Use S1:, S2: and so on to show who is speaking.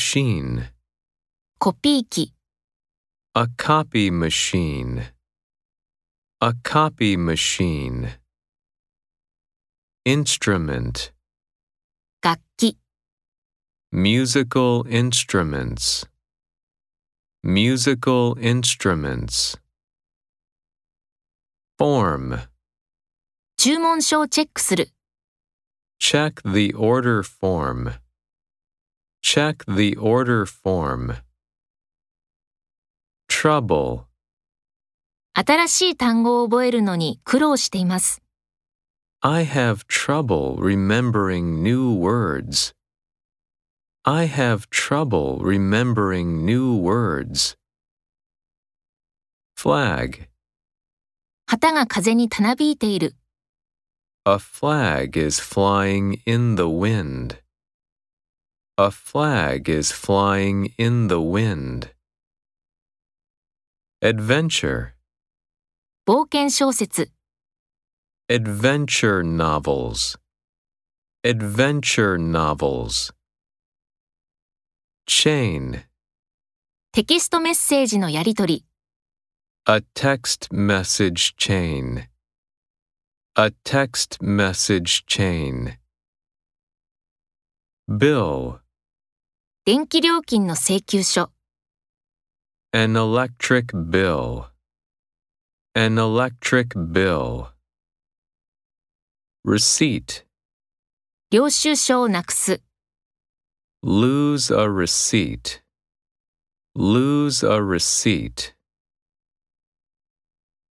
S1: Machine.
S2: コピー機、
S1: A copy machine. A copy machine. Instrument.
S2: 楽器、
S1: Musical instruments. Musical instruments. Form.
S2: 注文書をチェックする、
S1: Check the order form. Check the order form. Trouble.
S2: 新しい単語を覚えるのに苦労しています。
S1: I have trouble remembering new words. I have trouble remembering new words. Flag.
S2: 旗が風にたなびいている、
S1: A flag is flying in the wind. A flag is flying in the wind. Adventure.
S2: 冒険小説、
S1: Adventure novels. Adventure novels. Chain.
S2: テキストメッセージのやり取り、
S1: A text message chain. A text message chain. Bill.
S2: 電気料金の請求書、
S1: An electric bill. An electric bill. Receipt.
S2: 領収書をなくす、
S1: Lose a receipt. Lose a receipt.